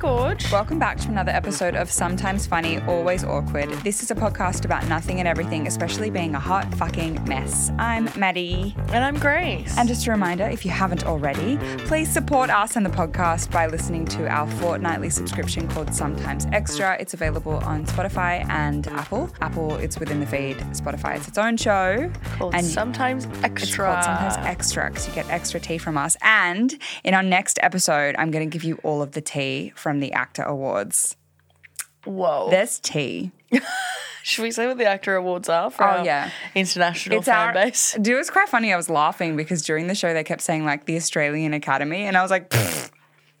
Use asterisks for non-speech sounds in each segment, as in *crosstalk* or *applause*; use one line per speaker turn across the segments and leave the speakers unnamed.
Welcome back to another episode of Sometimes Funny, Always Awkward. This is a podcast about nothing and everything, especially being a hot fucking mess. I'm Maddie.
And I'm Grace.
And just a reminder if you haven't already, please support us and the podcast by listening to our fortnightly subscription called Sometimes Extra. It's available on Spotify and Apple. Apple, it's within the feed. Spotify, it's its own show.
called
and
sometimes extra.
It's called sometimes extra because you get extra tea from us. And in our next episode, I'm going to give you all of the tea from the Actor Awards.
Whoa.
There's tea.
Should we say what the actor awards are for
Oh,
our
yeah.
international fan base?
Dude, it was quite funny. I was laughing because during the show they kept saying like the Australian Academy, and I was like, "Pfft,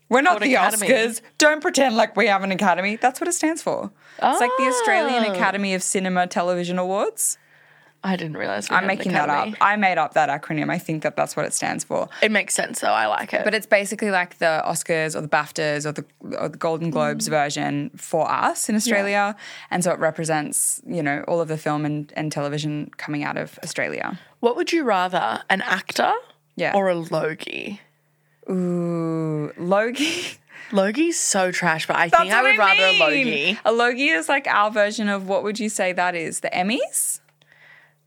"We're not
Called
the
Academy.
Oscars. Don't pretend like we have an Academy. That's what it stands for. It's like
Oh.
the Australian Academy of Cinema Television Awards.
I didn't realize. We
I'm making that up. I made up that acronym. I think that that's what it stands for.
It makes sense though. I like it.
But it's basically like the Oscars or the BAFTAs or the, or the Golden
Mm.
Globes version for us in Australia. And so it represents, you know, all of the film and, and television coming out of Australia.
what would you rather, an actor
Yeah.
or a Logie?
Ooh, Logie.
Logie's so trash, but I
That's
*laughs* think I
what
would rather
mean.
a Logie.
A Logie is like our version of what would you say that is? The Emmys?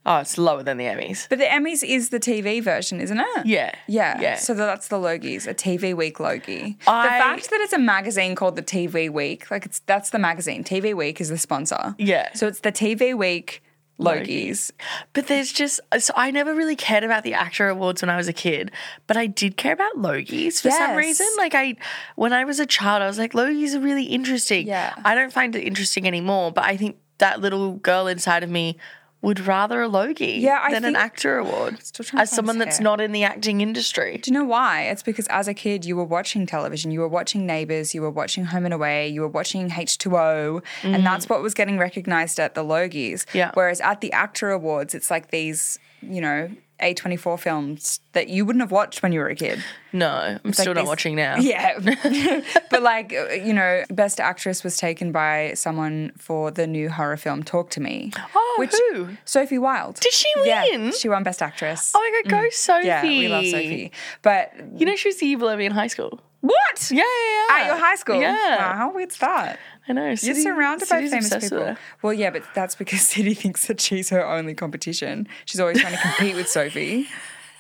Oh, it's lower than the Emmys.
But the Emmys is the TV version, isn't it?
Yeah.
Yeah.
Yeah.
So that's the Logies, a TV Week Logie. the
I-
fact that it's a magazine called the TV Week, like it's that's the magazine. TV Week is the sponsor.
Yeah.
So it's the TV Week Logies.
But there's just so I never really cared about the actor awards when I was a kid, but I did care about Logies for some
Yes.
reason. Like I when I was a child, I was like, Logies are really interesting.
Yeah.
I don't find it interesting anymore, but I think that little girl inside of me would rather a Logie
Yeah, I
than an
think-
actor award.
Still trying to
As
find
someone
his
that's
hair.
not in the acting industry.
Do you know why? It's because as a kid, you were watching television, you were watching Neighbours, you were watching Home and Away, you were watching H2O, and that's what was getting recognised at the Logies.
Mm. Yeah.
Whereas at the Actor Awards, it's like these, you know, A24 films that you wouldn't have watched when you were a kid.
No, I'm still
like
not
this-
watching
*laughs*
now. *laughs*
Yeah. but like, uh, you know, Best Actress was taken by someone for the new horror film Talk to Me.
Oh, who?
Sophie Wilde.
Did she
Yeah,
win?
she won Best Actress.
Oh my god, go Sophie.
Mm. yeah, we love Sophie. But
You know she was the evil Emmy in high school.
what?
Yeah, yeah, yeah.
At your high school? Wow,
Yeah.
how weird's that?
I know.
You're
City-
surrounded by
City's
famous
obsessed with
people.
her.
Well, yeah, but that's because *laughs* City thinks that she's her only competition. She's always trying to compete with Sophie.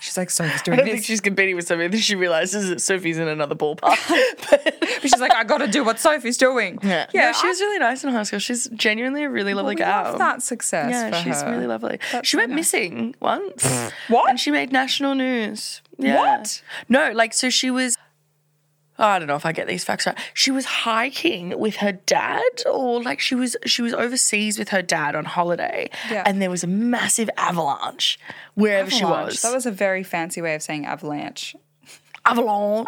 She's like, Sophie's
I
doing
don't think
this.
she's competing with Sophie. I think she realizes that Sophie's in another ballpark. *laughs*
But she's like, I gotta do what Sophie's doing.
Uh, yeah,
yeah
no, she was really nice in high school. She's genuinely a really
I
lovely
love
gal.
that success.
Yeah,
for
she's
her.
really lovely. she
so
went missing once.
What?
And she made national news. Yeah.
What?
No, like, so she was. oh, I don't know if I get these facts right. She was hiking with her dad, or like she was she was overseas with her dad on holiday,
Yeah.
and there was a massive avalanche wherever she
Avalanche.
was.
That was a very fancy way of saying avalanche.
avalanche.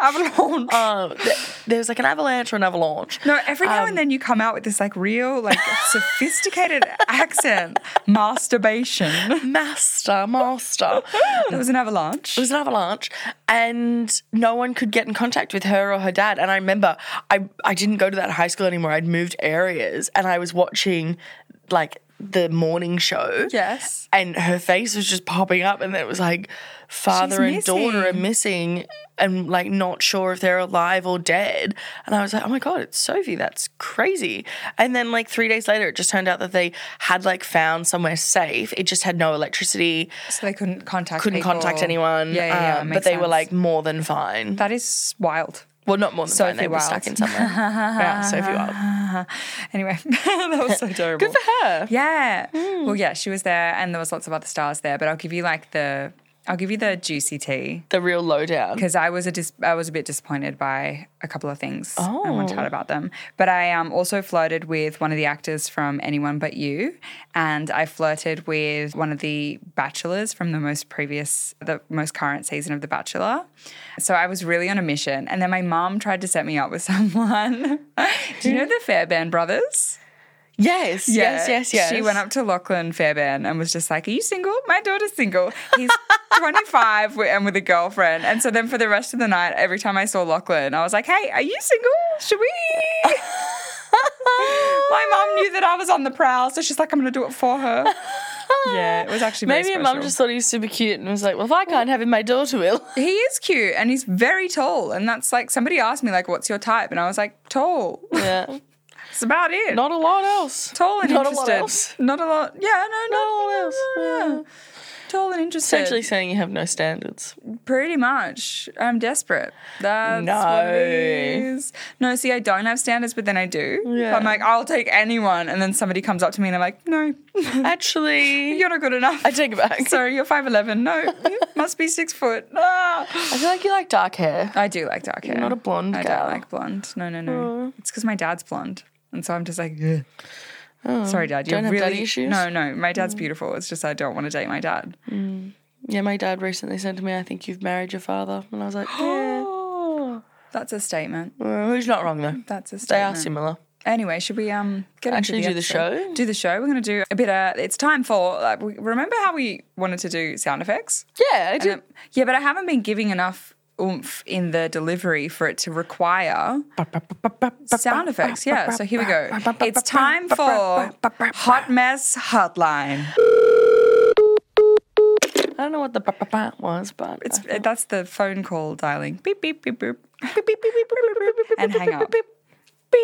*laughs* Avalanche.
Uh, th- there was like an avalanche or an avalanche.
No, every now
Um,
and then you come out with this like real, like
*laughs*
sophisticated accent. Masturbation.
master, master.
It was an avalanche.
It was an avalanche, and no one could get in contact with her or her dad. And I remember I I didn't go to that high school anymore. I'd moved areas, and I was watching like the morning show.
Yes.
And her face was just popping up, and it was like
She's
father and daughter are
missing.
missing, and like not sure if they're alive or dead. And I was like, oh my god, it's Sophie. That's crazy. And then like three days later, it just turned out that they had like found somewhere safe. It just had no electricity
So they couldn't contact
couldn't
people.
contact anyone.
Yeah, yeah, yeah
um,
makes
but they were
sense.
like more than fine.
that is wild.
well, not more than fine.
Sophie
They were stuck
Wilde. *laughs*
in somewhere. yeah, Sophie Wilde.
Uh-huh. Anyway, *laughs* that was so terrible.
*laughs* Good for her. Hmm.
Yeah. Well, yeah, she was there, and there was lots of other stars there. But I'll give you like the, I'll give you the juicy tea
The real
*laughs*
lowdown.
because I was a dis- I was a bit disappointed by a couple of things. I want to chat about them. But I um, also flirted with one of the actors from Anyone But You, and I flirted with one of the bachelors from the most previous, the most current season of The Bachelor. So I was really on a mission, and then my mom tried to set me up with *laughs* someone. Do you know the Fairbairn brothers?
Yes, yes, yes, yes.
She went up to Lachlan Fairbairn and was just like, Are you single? My daughter's single. He's *laughs* 25 wi- and with a girlfriend. And so then for the rest of the night, every time I saw Lachlan, I was like, Hey, are you single? Should *laughs* we? My mom knew that I was on the prowl, so she's like, I'm going to do it for her. Yeah, it was actually very
Maybe your mum
special.
just thought he was super cute and was like, well, if I can't have him, my daughter will. *laughs*
He is cute and he's very tall. And that's like somebody asked me, like, what's your type? And I was like, tall.
Yeah.
That's about it.
Not a lot else.
tall and
not a lot
interested.
else.
Not a lot. Yeah, no,
Not
not,
a lot else. Yeah.
tall and interested.
Essentially saying you have no *laughs* standards.
Pretty much. I'm desperate. That's what it
No.
is. No, see, I don't have standards, but then I do.
Yeah.
I'm like, I'll take anyone. And then somebody comes up to me and I'm like,
*laughs*
no,
Actually,
you're not good enough.
I take it back.
Sorry, you're 5'11. No, must be six foot. *laughs* Ah.
I feel like you like dark hair.
I do like dark hair.
not a blonde
I
gal. Oh.
don't like blonde. No, no, no. It's because my dad's blonde. And so I'm just like, "Ugh." sorry, dad. You're
Oh. Don't have
really,
daddy issues? Mm.
No, no. My dad's beautiful. It's just I don't want to date my dad.
Yeah, my dad recently said to me, I think you've married your father. And I was *gasps* like, yeah.
Oh, That's a statement.
Well, he's not wrong, though.
That's a
They are
statement.
similar.
Anyway, should we um get
Actually
into
do
the
the
episode?
show?
Do the show. We're going to do a bit of. It's time for. Like, we, remember how we wanted to do sound effects?
Yeah, I
And
do.
um, yeah, but I haven't been giving enough oomph in the delivery for it to require sound effects. Yeah, so here we go. It's time for Hot Mess Hotline.
I don't know what the ba- ba- ba was, but
It's,
uh,
that's the phone call dialing. Beep, beep, beep, beep. And hang up.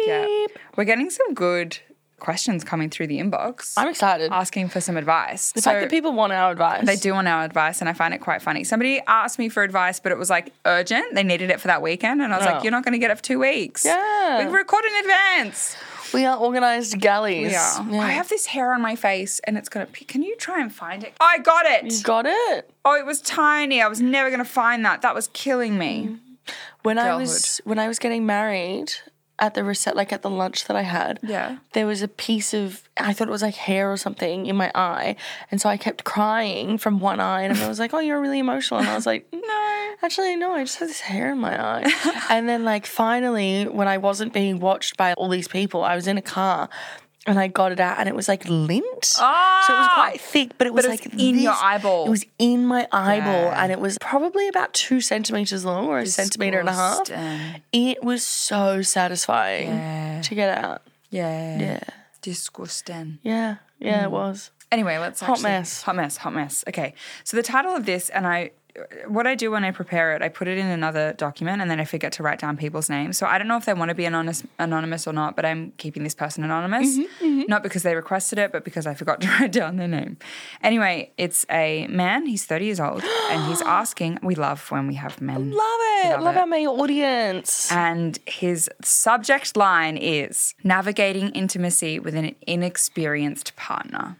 Yeah. We're getting some good questions coming through the inbox
I'm excited.
asking for some advice.
the
so
fact that people want our advice.
they do want our advice, and I find it quite funny. Somebody asked me for advice, but it was like urgent. They needed it for that weekend. And I was
Oh.
like, you're not going to get it for two weeks.
Yeah.
We record in advance.
We are organized galleys.
Yeah. I have this hair on my face and it's gonna. Can you try and find it? I got
You
it.
got it.
Oh, it was tiny. I was never gonna find that. That was killing me.
When I was when I was getting married at the reset, like at the lunch that I had.
Yeah.
There was a piece of I thought it was like hair or something in my eye, and so I kept crying from one eye, and everyone was like, "Oh, you're really emotional," and I was like,
No.
Actually, no, I just had this hair in my
*laughs*
eye. and then, like, finally, when I wasn't being watched by all these people, I was in a car and I got it out and it was like lint. So it was
Ah!
quite thick, but it was
it was
like
in your
this-
eyeball.
It was in my eyeball
Yeah.
and it was probably about two centimeters long or a centimeter and a half.
Disgusting.
It was so satisfying
Yeah.
to get out.
Yeah.
Yeah.
Disgusting.
Yeah. Yeah,
Mm.
it was.
Anyway, let's hot
mess.
Hot mess. Hot mess. Okay. So the title of this, and I, what I do when I prepare it, I put it in another document, and then I forget to write down people's names. So I don't know if they want to be anonymous, anonymous or not, but I'm keeping this person anonymous,
Mm-hmm,
not because they requested it, but because I forgot to *laughs* write down their name. Anyway, it's a man. He's 30 years old, and he's *gasps* asking. We love when we have men.
Love it.
Love
Love,
it.
our main audience.
And his subject line is navigating intimacy with an inexperienced partner.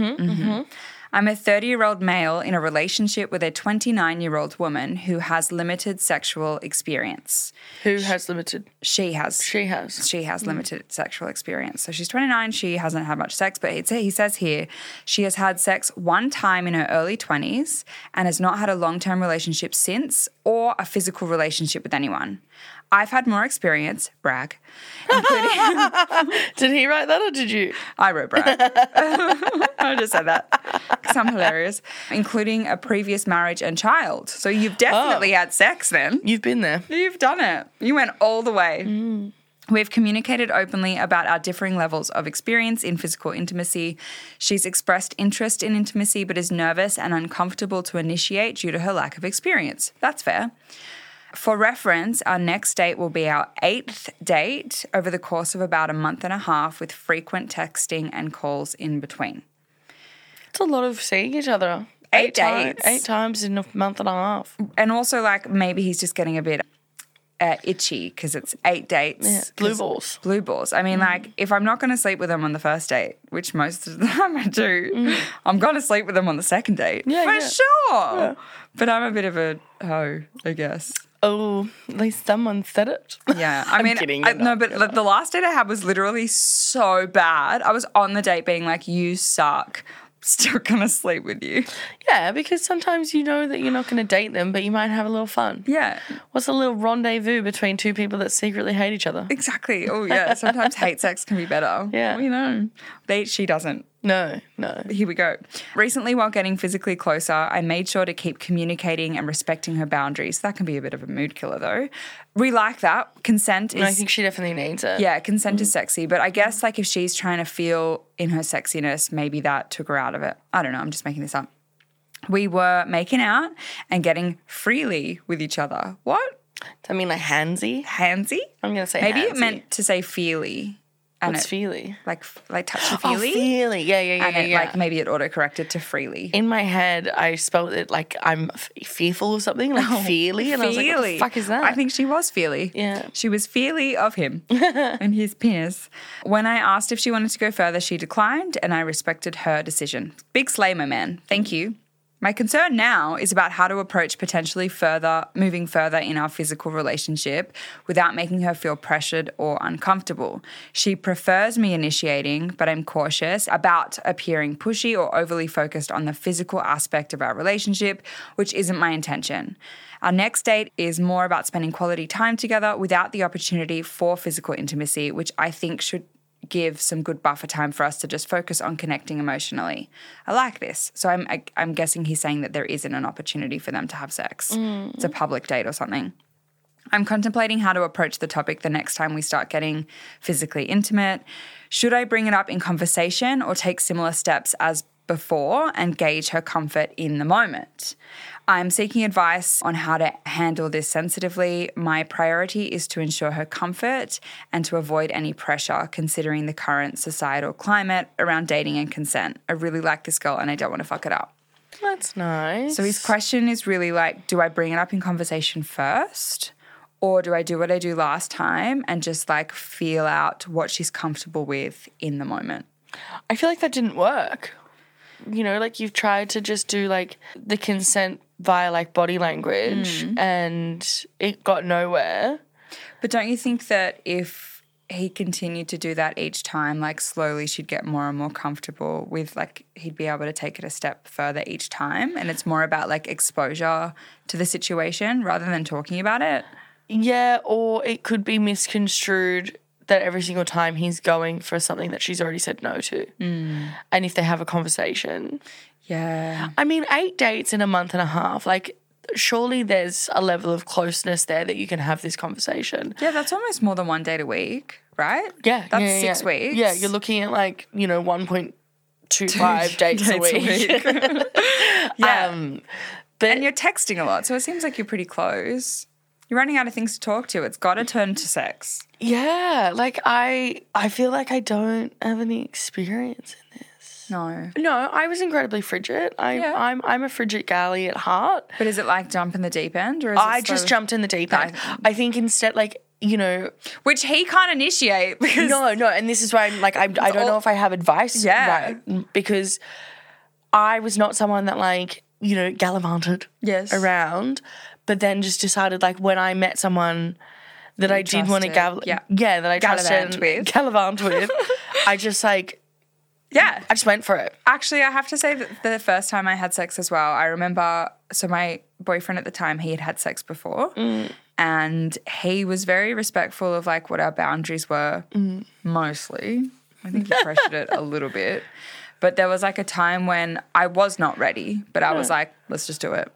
Mm-hmm, I'm a 30 year old male in a relationship with a 29 year old woman who has limited sexual experience.
Who has limited?
She has.
She has.
She has limited sexual experience. So she's 29. She hasn't had much sex, but it's, he says here she has had sex one time in her early 20s and has not had a long term relationship since or a physical relationship with anyone. I've had more experience, brag. Including,
Did he write that or did you?
I wrote brag. *laughs* I just said that 'cause I'm hilarious. Including a previous marriage and child. So you've definitely had sex then.
You've been there.
You've done it. You went all the way. We've communicated openly about our differing levels of experience in physical intimacy. She's expressed interest in intimacy but is nervous and uncomfortable to initiate due to her lack of experience. That's fair. For reference, our next date will be our eighth date over the course of about a month and a half with frequent texting and calls in between.
It's a lot of seeing each other.
Eight
ti-
dates.
eight times in a month and a half.
And also, like, maybe he's just getting a bit uh, itchy because it's eight dates.
Yeah, blue
'cause-
balls. Mm.
Blue balls. I mean, like, if I'm not going to sleep with them on the first date, which most of *laughs* the time I do, I'm going to sleep with them on the second date.
Mm. Yeah,
for
yeah.
sure. But I'm a bit of a hoe, I guess.
Oh, at least someone said *laughs* it.
Yeah, I
I'm
mean,
kidding,
I,
you're
no,
not,
but like, the last date I had was literally so bad. I was on the date being like, "You suck." *laughs* Still gonna sleep with you.
yeah, because sometimes you know that you're not going to date them, but you might have a little fun.
Yeah,
What's a little rendezvous between two people that secretly hate each other? *laughs*
exactly. Oh yeah, sometimes hate sex can be better.
Yeah.
you know, they she doesn't.
No, no.
Here we go. Recently, while getting physically closer, I made sure to keep communicating and respecting her boundaries. That can be a bit of a mood killer, though. We like that. Consent is.
I think Mm. she definitely needs it.
yeah, consent is sexy, but I guess like if she's trying to feel in her sexiness, maybe that took her out of it. I don't know. I'm just making this up. We were making out and getting freely with each other. What?
I mean, like handsy.
Handsy?
I'm gonna say
Maybe it
handsy.
meant to say feely. And
What's
it,
feely?
like like touchy
Oh,
feely.
feely. Yeah, yeah, yeah,
and
yeah.
it
yeah.
like maybe it autocorrected to freely.
in my head, I spelled it like I'm f- fearful of something, like Oh, feely, and I was like, what the
Feely.
fuck is that?
I think she was feely.
Yeah.
She was feely of *laughs* him and his penis. When I asked if she wanted to go further, she declined, and I respected her decision. Big slamer, man. Thank you. My concern now is about how to approach potentially further, moving further in our physical relationship without making her feel pressured or uncomfortable. She prefers me initiating, but I'm cautious about appearing pushy or overly focused on the physical aspect of our relationship, which isn't my intention. Our next date is more about spending quality time together without the opportunity for physical intimacy, which I think should give some good buffer time for us to just focus on connecting emotionally. I like this. So I'm I, I'm guessing he's saying that there isn't an opportunity for them to have sex. It's a public date or something. I'm contemplating how to approach the topic the next time we start getting physically intimate. Should I bring it up in conversation or take similar steps as before and gauge her comfort in the moment? I'm seeking advice on how to handle this sensitively. My priority is to ensure her comfort and to avoid any pressure considering the current societal climate around dating and consent. I really like this girl and I don't want to fuck it up.
that's nice.
So his question is really like, do I bring it up in conversation first? Or do I do what I do last time and just like feel out what she's comfortable with in the moment?
I feel like that didn't work. You know, like you've tried to just do like the consent via like body language and it got nowhere.
But don't you think that if he continued to do that each time, like slowly she'd get more and more comfortable with like he'd be able to take it a step further each time? And it's more about like exposure to the situation rather than talking about it.
Yeah, or it could be misconstrued that every single time he's going for something that she's already said no to. And if they have a conversation,
Yeah.
I mean, eight dates in a month and a half, like, surely there's a level of closeness there that you can have this conversation.
Yeah, that's almost more than one date a week, right?
Yeah.
That's
yeah,
six
yeah.
weeks.
Yeah, you're looking at like, you know, *laughs* 1.25 dates, a
Dates a
week.
*laughs* Yeah.
um, but
and you're texting a lot, so it seems like you're pretty close. You're running out of things to talk to. It's got to turn to sex.
yeah, like I I feel like I don't have any experience in this.
No.
No, I was incredibly frigid. I
Yeah.
I'm I'm a frigid galley at heart.
But is it like jump in the deep end or is
I
it
just
slow-
jumped in the deep end. I think instead like you know,
which he can't initiate because
no, no, and this Oh. is why I'm like I'm, I don't
all-
know if I have advice.
Yeah.
right, because I was not someone that like you know gallivanted
Yes.
around, but then just decided like when I met someone that I did want to
trusted,
gal-
yeah.
yeah, that I
Gallivant
trusted
with. *laughs*
gallivant with, I just like
yeah.
I just went for it.
Actually, I have to say that the first time I had sex as well, I remember. So my boyfriend at the time, he had had sex before, and he was very respectful of like what our boundaries were. Mostly, I think he pressured it a little bit, but there was like a time when I was not ready, but I was like, let's just do it.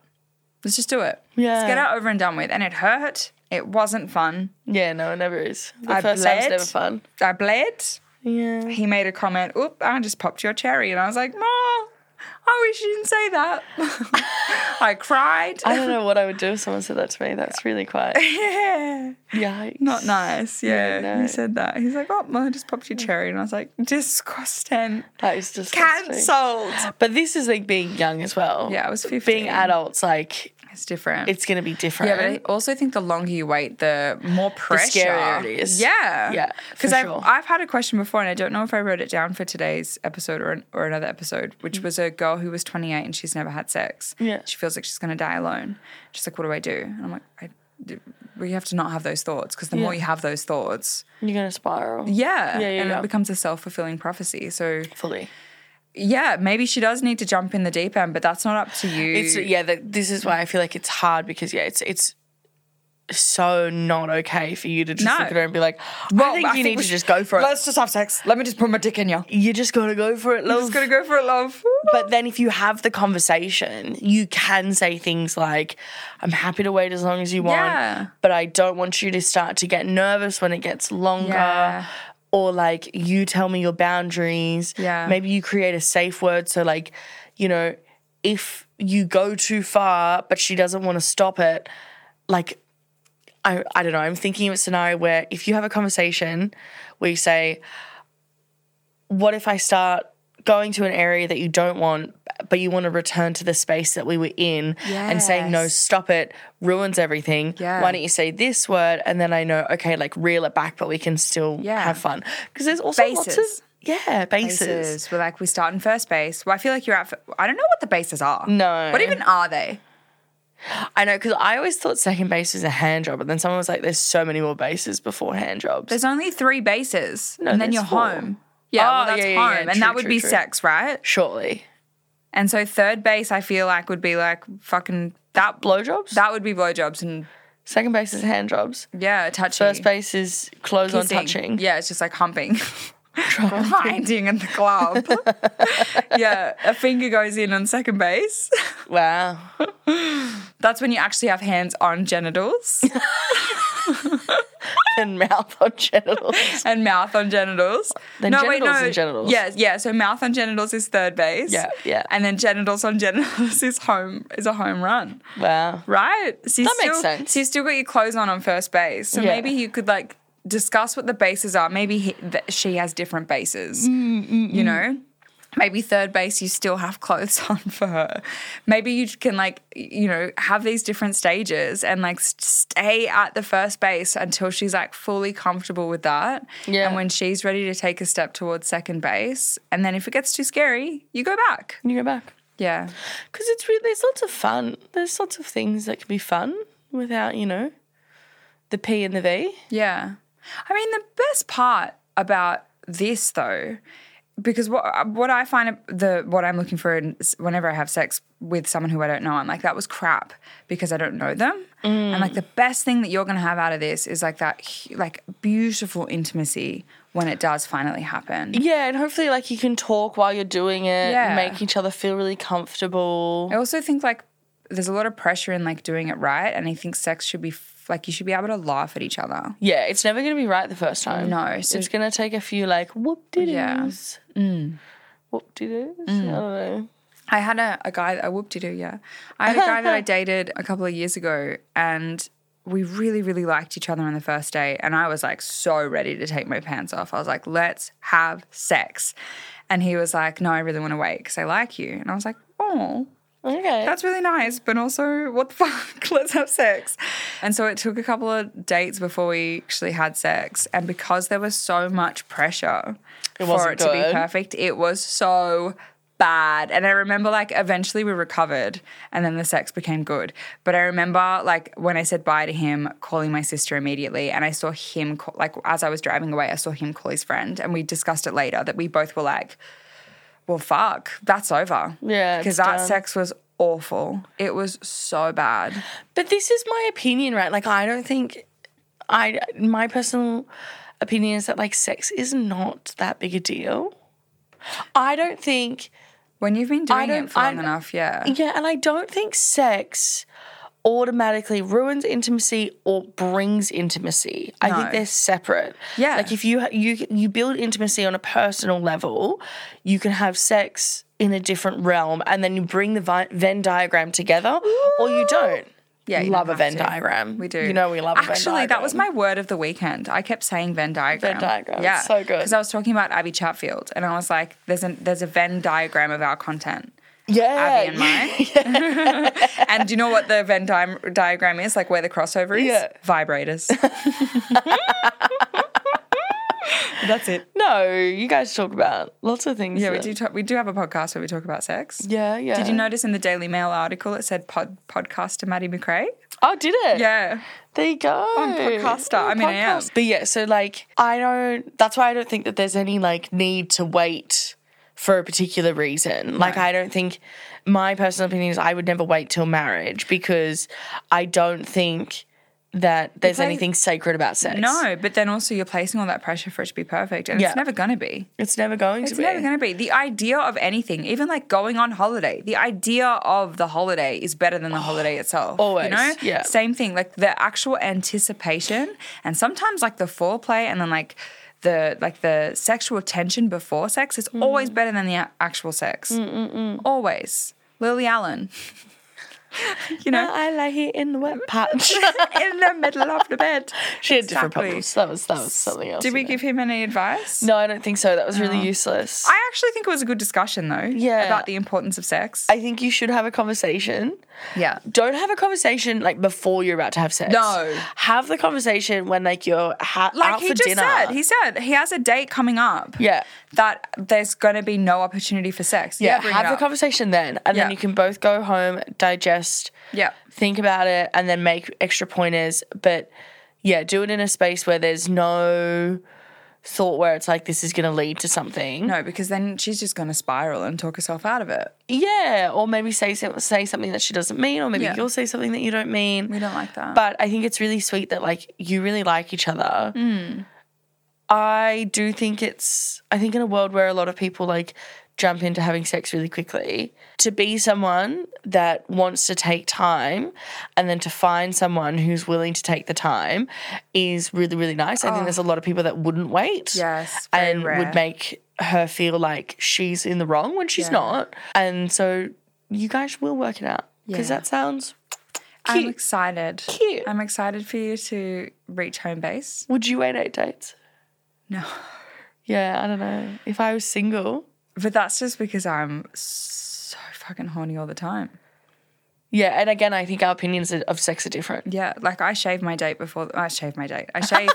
Let's just do it. Let's get
Yeah.
it over and done with. And it hurt. It wasn't fun.
Yeah, no, it never is. The
I
first time's
bled.
never fun.
I bled.
Yeah.
he made a comment, oop, I just popped your cherry. And I was like, Ma, I wish you didn't say that. *laughs* I cried.
I don't know what I would do if someone said that to me. That's really quite
*laughs* yeah.
yikes.
Not nice. Yeah.
Yeah, no.
He said that. He's like, oh, Ma, I just popped your cherry. And I was like, disgusting.
That is disgusting.
Cancelled.
But this is like being young as well.
Yeah, I was 15.
Being adults, like
It's different.
it's gonna be different.
yeah, but I also think the longer you wait, the more pressure.
scarier it is.
Yeah,
Yeah,
Because
for
I've
sure.
I've had a question before, and I don't know if I wrote it down for today's episode or an, or another episode, which was a girl who was 28 and she's never had sex.
Mm. Yeah.
she feels like she's gonna die alone. She's like, what do I do? And I'm like, I, we have to not have those thoughts because the more you have those thoughts,
you're gonna spiral.
yeah,
Yeah, yeah,
and
yeah.
it becomes a self fulfilling prophecy. So
Fully.
yeah, maybe she does need to jump in the deep end, but that's not up to you.
It's yeah, that this is why I feel like it's hard because yeah, it's it's so not okay for you to just
No.
look at her and be like, I think you need
we
to
should-
just go for it.
Let's just have sex. Let me just put my dick in you.
You just gotta go for it,
I'm
love.
just gonna go for it, love.
But then if you have the conversation, you can say things like, I'm happy to wait as long as you want,
Yeah.
but I don't want you to start to get nervous when it gets longer.
Yeah.
Or like you tell me your boundaries.
Yeah.
Maybe you create a safe word. So like, you know, if you go too far but she doesn't want to stop it, like I, I don't know, I'm thinking of a scenario where if you have a conversation where you say, What if I start going to an area that you don't want, but you want to return to the space that we were in and saying, No,
Yes.
stop it, ruins everything.
Yeah.
Why don't you say this word? And then I know, okay, like reel it back, but we can still
Yeah.
have fun. Because there's also lots
Bases.
of, yeah, bases.
Bases. We're like we start in first base. Well, I feel like you're out. For, I don't know what the bases are.
No.
What even are they?
I know, because I always thought second base was a hand job, but then someone was like, There's so many more bases before hand jobs.
There's only three bases, and then
there's
you're
four.
home. Yeah, well,
Oh,
that's
yeah, yeah, yeah.
home,
True,
and that would
true,
be
true.
sex, right?
Surely.
And so third base, I feel like would be like fucking that
Blowjobs?
that would be blowjobs and
Second base is hand jobs.
yeah, touching.
First base is clothes
Kissing.
on touching.
Yeah, it's just like humping. *laughs* Grinding in the
*laughs*
club. *laughs* yeah, a finger goes in on second base. *laughs*
Wow. *laughs*
That's when you actually have hands on genitals
and mouth on
*laughs*
genitals.
and mouth on genitals.
Then genitals and genitals.
Yeah, yeah. So mouth on genitals is third base.
Yeah, yeah.
And then genitals on genitals *laughs* is home is a home run.
Wow.
Right? So you
That
still,
makes sense.
So you still got your clothes on on first base. So
Yeah.
maybe you could like discuss what the bases are. Maybe he, th- she has different bases.
Mm,
You know? Maybe third base, you still have clothes *laughs* on for her. Maybe you can, like, you know, have these different stages and, like, s- stay at the first base until she's, like, fully comfortable with that.
Yeah.
And when she's ready to take a step towards second base. And then if it gets too scary, you go back.
Can you go back?
Yeah.
Because it's really, there's lots of fun. There's lots of things that can be fun without, you know, the P and the V.
Yeah. I mean, the best part about this, though, because what uh, what I find the what I'm looking for in, whenever I have sex with someone who I don't know, I'm like that was crap because I don't know them. And like the best thing that you're gonna have out of this is like that hu- like beautiful intimacy when it does finally happen.
Yeah, and hopefully, like, you can talk while you're doing it,
Yeah.
make each other feel really comfortable.
I also think like there's a lot of pressure in like doing it right, and I think sex should be f- like you should be able to laugh at each other.
Yeah, it's never going to be right the first time.
No, so- Mm.
it's going to take a few, like, whoop diddies. Whoop diddies. I don't know.
I had a, a guy, a whoop de doo, yeah. I had a guy that I dated a couple of years ago and we really, really liked each other on the first day. And I was like so ready to take my pants off. I was like, let's have sex. And he was like, no, I really want to wait because I like you. And I was like, oh,
Okay.
that's really nice, but also, what the *laughs* fuck? Let's have sex. And so it took a couple of dates before we actually had sex. And because there was so much pressure for
wasn't
it to be
good.
perfect, it was so bad. And I remember, like, eventually we recovered and then the sex became good. But I remember, like, when I said bye to him, calling my sister immediately. And I saw him, call, like, as I was driving away, I saw him call his friend. And we discussed it later that we both were like, well, fuck, that's over.
Yeah, it's
Because that
done.
sex was awful. It was so bad.
But this is my opinion, right? Like, I don't think I my personal opinion is that like sex is not that big a deal. I don't think
When you've been doing
don't-
it for long
I-
enough, yeah.
yeah, and I don't think sex automatically ruins intimacy or brings intimacy. I think
No.
they're separate.
Yeah.
Like if you ha- you you build intimacy on a personal level, you can have sex in a different realm and then you bring the vi- Venn diagram together or you don't.
Yeah, you
love
don't
a Venn
have to.
diagram.
We do.
You know we love a Venn diagram.
Actually, that was my word of the weekend. I kept saying Venn diagram.
Venn diagram. It's so good.
Because I was talking about Abby Chatfield and I was like, there's a, there's a Venn diagram of our content.
yeah.
Abby and
*laughs*
mine. and do you know what the Venn di- diagram is? Like where the crossover is?
Yeah. *laughs*
Vibrators. That's it.
No, you guys talk about lots of things.
Yeah, we
that-
do. Talk, we do have a podcast where we talk about sex.
Yeah, yeah.
Did you notice in the Daily Mail article it said pod, podcaster Maddie McRae?
Oh, did it?
Yeah.
There you go. On
podcaster. I mean, I am.
But yeah, so like, I don't, that's why I don't think that there's any like need to wait for a particular reason. Like, I don't think, my personal opinion is I would never wait till marriage because I don't think that there's
play-
anything sacred about sex.
No, but then also you're placing all that pressure for it to be perfect, and
Yeah.
it's never gonna be.
It's never going to
It's
be.
never gonna be. The idea of anything, even like going on holiday, the idea of the holiday is better than the holiday itself.
Oh, always,
you know,
yeah.
Same thing, like the actual anticipation, and sometimes like the foreplay, and then like the like the sexual tension before sex
Mm.
is always better than the a- actual sex. Always, Lily Allen. *laughs* you know,
*laughs* I lie here in the wet patch. *laughs*
*laughs* in the middle of the bed.
she had different
Exactly.
problems. That was that was something else. Mm.
Did we
you know.
give him any advice?
No, I don't think so. That was really useless.
I actually think it was a good discussion though.
Yeah.
About the importance of sex.
I think you should have a conversation.
yeah.
Don't have a conversation like before you're about to have sex.
No.
Have the conversation when like you're ha-
Like
out
he
for
just
dinner.
said, he said he has a date coming up.
yeah.
That there's going to be no opportunity for sex. Yeah.
Yeah,
bring
have
it
the
up.
conversation then, and
Yeah.
then you can both go home, digest,
Yeah.
think about it, and then make extra pointers. But yeah, do it in a space where there's no thought where it's like this is going to lead to something.
No, because then she's just going to spiral and talk herself out of it.
Yeah, or maybe say some- say something that she doesn't mean, or maybe
Yeah.
you'll say something that you don't mean.
We don't like that.
But I think it's really sweet that like you really like each other.
Mm.
I do think it's I think in a world where a lot of people like jump into having sex really quickly, to be someone that wants to take time and then to find someone who's willing to take the time is really really nice. I
Oh.
think there's a lot of people that wouldn't wait.
Yes, very
And
rare.
would make her feel like she's in the wrong when she's
Yeah.
not. And so you guys will work it out because
Yeah.
that sounds
I'm
cute.
excited.
Cute.
I'm excited for you to reach home base.
Would you wait eight dates?
No. *laughs*
Yeah, I don't know. If I was single,
But that's just because I'm so fucking horny all the time.
yeah. And again, I think our opinions of sex are different. *laughs*
Yeah, like I shave my date before I shave my date. I *laughs* shave.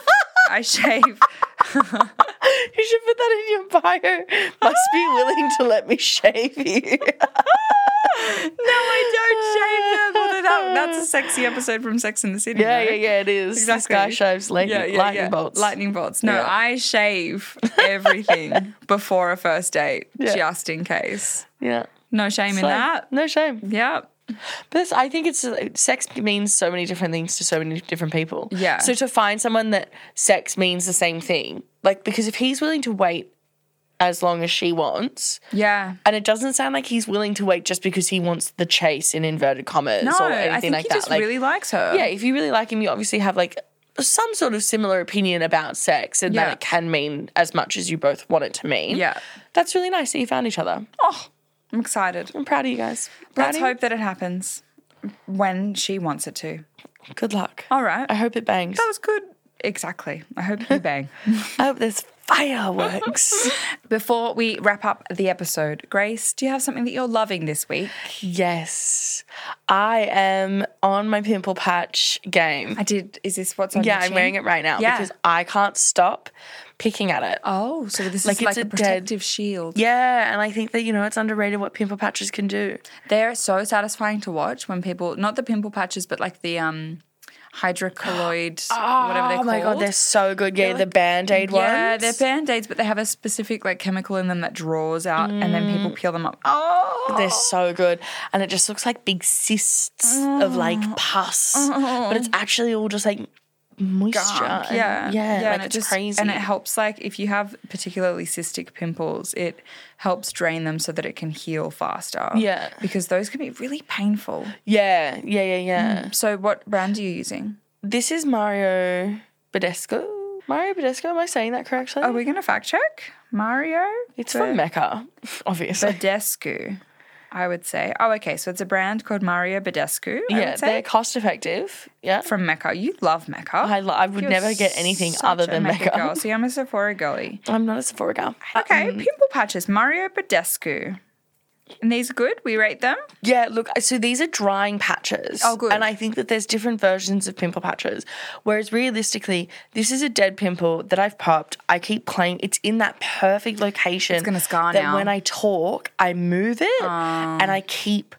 I shave.
You should put that in
*laughs*
your bio. Must be willing to let me shave you.
No, I don't shave them. Although that, that's a sexy episode from Sex in the City.
yeah,
no?
yeah, yeah. It is. This
Exactly.
guy shaves lightning,
Yeah, yeah,
lightning
yeah.
bolts.
Lightning bolts. No,
Yeah.
I shave
*laughs*
everything before a first date,
Yeah.
just in case.
Yeah.
No shame in
Like,
that.
No shame.
Yeah.
But this, I think it's uh, sex means so many different things to so many different people.
Yeah.
So to find someone that sex means the same thing, like because if he's willing to wait as long as she wants,
Yeah.
And it doesn't sound like he's willing to wait just because he wants the chase in inverted commas
No,
or
I
anything
think
like
he
that.
just
like,
really likes her.
yeah, if you really like him, you obviously have like some sort of similar opinion about sex and
Yeah.
that it can mean as much as you both want it to mean.
Yeah.
That's really nice that you found each other.
Oh, I'm excited.
I'm proud of you guys. Proud
Let's
of you.
hope that it happens when she wants it to.
Good luck.
All right.
I hope it bangs.
That was good. Exactly. I hope
*laughs*
you bang.
I hope Oh, there's *laughs* fireworks.
Before we wrap up the episode, Grace, do you have something that you're loving this week?
yes. I am on my pimple patch game.
I did. Is this what's on?
yeah,
your
I'm
chin?
wearing it right now
Yeah.
because I can't stop picking at it.
Oh, so this is
Like, it's
like
a
a,
dead-
protective shield.
Yeah, and I think that you know it's underrated what pimple patches can do.
They're so satisfying to watch when people, not the pimple patches, but like the um *gasps* hydrocolloid, whatever they're
oh
called.
my god, they're so good. Yeah, the
like-
band aid ones.
yeah, they're band aids, but they have a specific like chemical in them that draws out, and then people peel them up. Oh,
They're so good, and it just looks like big cysts of like pus, but it's actually all just like moisture. and-
Um, yeah,
yeah, like
and
it's
it just
crazy.
and it helps like if you have particularly cystic pimples, it helps drain them so that it can heal faster.
Yeah.
because those can be really painful.
yeah, yeah, yeah, yeah.
So, what brand are you using?
This is Mario Badescu. Mario Badescu, am I saying that correctly?
Are we going to fact check? Mario?
it's from Mecca, obviously.
Badescu, I would say. Oh, okay. So it's a brand called Mario Badescu. I
yeah,
would
they're
say.
cost effective. Yeah,
From Mecca. You love Mecca.
I, lo- I would
You're
never get anything
such
other
a
than Mecca. Uh,
Girl. So I'm a Sephora girly.
I'm not a Sephora girl.
Okay.
mm.
Pimple patches. Mario Badescu. And these are good. We rate them.
Yeah, look, so these are drying patches.
Oh, good.
And I think that there's different versions of pimple patches. Whereas realistically, this is a dead pimple that I've popped. I keep playing. It's in that perfect location. It's
gonna scar
that
now. Ah.
when I talk, I move it and I keep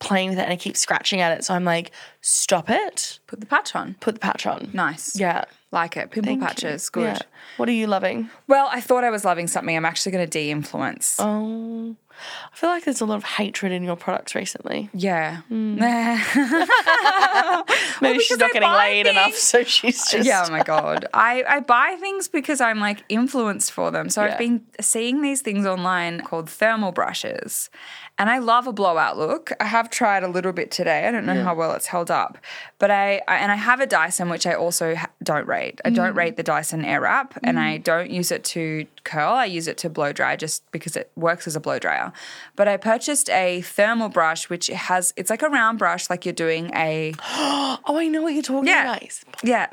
playing with it and I keep scratching at it. So I'm like, stop it,
Put the patch on.
put the patch on.
Nice.
Yeah.
Like it. Pimple
Thank you.
patches. Good.
Yeah. What are you loving?
Well, I thought I was loving something. I'm actually going to de influence.
Oh, I feel like there's a lot of hatred in your products recently.
Yeah.
Hmm. Maybe
because
she's not
I
getting
buy
laid enough,
things.
so she's just
yeah, oh my God. I, I buy things because I'm like influenced for them. So
Yeah.
I've been seeing these things online called thermal brushes. And I love a blowout look. I have tried a little bit today. I don't know how well it's held up. But I, I and I have a Dyson which I also ha- don't rate. I don't rate the Dyson Airwrap and I don't use it to curl. I use it to blow dry just because it works as a blow dryer. But I purchased a thermal brush which has it's like a round brush like you're doing a
Oh, I know what you're talking
Yeah.
about. It's-
yeah.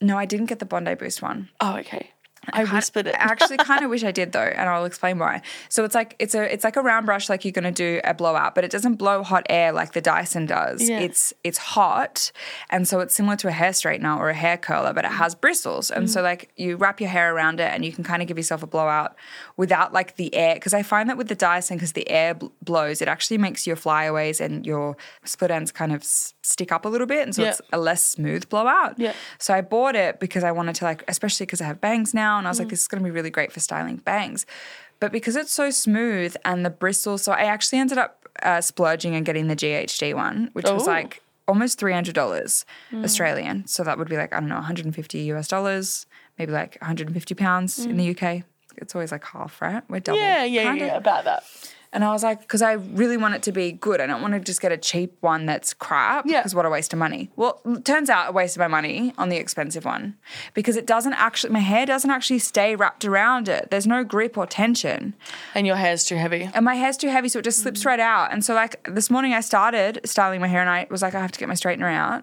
No, I didn't get the Bondi Boost one.
Oh, okay. I, whispered it.
I
*laughs*
actually kind of wish I did though, and I'll explain why. So it's like it's a it's like a round brush, like you're gonna do a blowout, but it doesn't blow hot air like the Dyson does.
Yeah.
It's it's hot, and so it's similar to a hair straightener or a hair curler, but it
Mm.
has bristles, and so like you wrap your hair around it, and you can kind of give yourself a blowout without like the air. Because I find that with the Dyson, because the air bl- blows, it actually makes your flyaways and your split ends kind of s- stick up a little bit, and so
Yeah.
it's a less smooth blowout.
Yeah.
So I bought it because I wanted to like, especially because I have bangs now, and I was
Mm.
like, this is going to be really great for styling bangs. But because it's so smooth and the bristles, so I actually ended up uh, splurging and getting the GHD one, which was
Ooh. Mm.
like almost three hundred dollars Australian. So that would be like I don't know, one hundred and fifty US dollars, maybe like one hundred and fifty pounds in the UK. It's always like half, right? We're double.
Mm. yeah, yeah, yeah,
kinda.
yeah, about that.
And I was like, because I really want it to be good. I don't want to just get a cheap one that's crap.
Yeah.
Because what a waste of money. Well, it turns out I wasted my money on the expensive one because it doesn't actually, my hair doesn't actually stay wrapped around it. There's no grip or tension.
And your hair's too heavy.
And my hair's too heavy, so it just
Mm.
slips right out. And so, like, this morning I started styling my hair and I was like, I have to get my straightener out.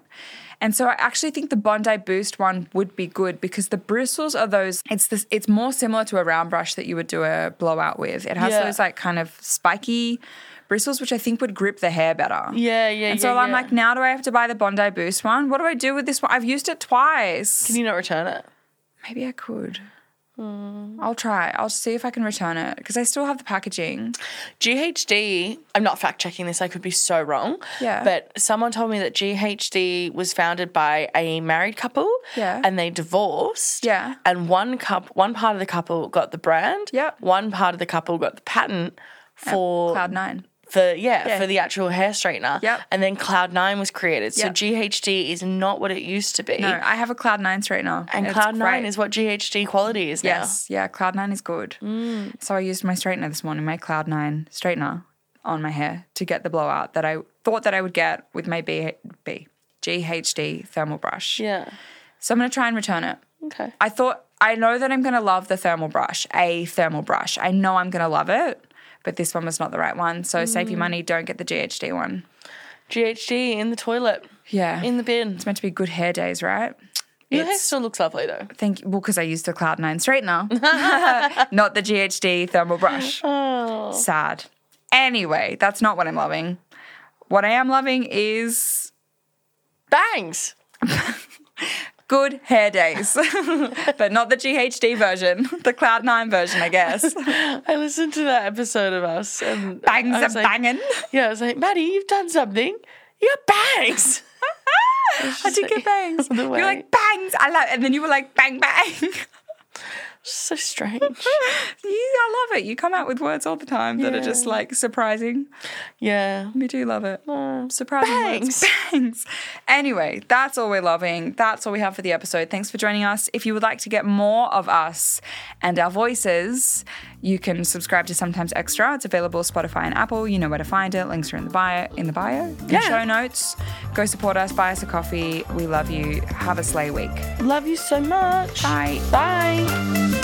And so I actually think the Bondi Boost one would be good because the bristles are those. It's this. It's more similar to a round brush that you would do a blowout with. It has
Yeah.
those like kind of spiky bristles, which I think would grip the hair better.
Yeah, yeah,
And
yeah,
so I'm
yeah.
like, now do I have to buy the Bondi Boost one? What do I do with this one? I've used it twice.
Can you not return it?
Maybe I could.
Hmm.
I'll try. I'll see if I can return it because I still have the packaging.
GHD, I'm not fact checking this, I could be so wrong.
Yeah.
But someone told me that GHD was founded by a married couple.
Yeah.
And they divorced.
Yeah.
And one cup one part of the couple got the brand.
Yep.
One part of the couple got the patent for
Cloud nine.
for yeah,
Yeah.
for the actual hair straightener.
Yep.
And then Cloud Nine was created.
Yep.
So GHD is not what it used to be.
No, I have a Cloud Nine straightener.
And
it's
Cloud Nine
great.
is what GHD quality is now.
yes, yeah. Cloud Nine is good.
Mm.
So I used my straightener this morning, my Cloud Nine straightener on my hair to get the blowout that I thought that I would get with my B, B GHD thermal brush.
Yeah.
So I'm gonna try and return it.
Okay.
I thought I know that I'm gonna love the thermal brush, a thermal brush. I know I'm gonna love it, but this one was not the right one. So save
Mm.
your money. Don't get the GHD one.
GHD in the toilet.
Yeah,
In the bin.
it's meant to be good hair days, right?
Your hair still looks lovely though.
Thank well, because I used the Cloud Nine straightener, *laughs* not the GHD thermal
*laughs*
brush.
Oh.
Sad. Anyway, that's not what I'm loving. What I am loving is
Bangs.
good hair days, *laughs* but not the GHD version, *laughs* the Cloud Nine version, I guess.
*laughs* *laughs* I listened to that episode of us and
Bangs
I
are
was like, *laughs*
banging. *laughs*
Yeah, I was like, Maddie, you've done something. You got bangs. *laughs*
I did get bangs.
the
You're
way.
like bangs. I love, and then you were like bang bang. *laughs*
so strange.
you, I love it. You come out with words all the time that are just
Yeah.
like surprising.
Yeah.
*laughs* We do love it.
Uh,
Surprising words. Bangs. Anyway, that's all we're loving. That's all we have for the episode. Thanks for joining us. If you would like to get more of us and our voices, you can subscribe to Sometimes Extra. It's available Spotify and Apple. You know where to find it. Links are in the bio. In the bio. In
Yeah.
Show notes. Go support us. Buy us a coffee. We love you. Have a slay week.
Love you so much.
Bye.
Bye.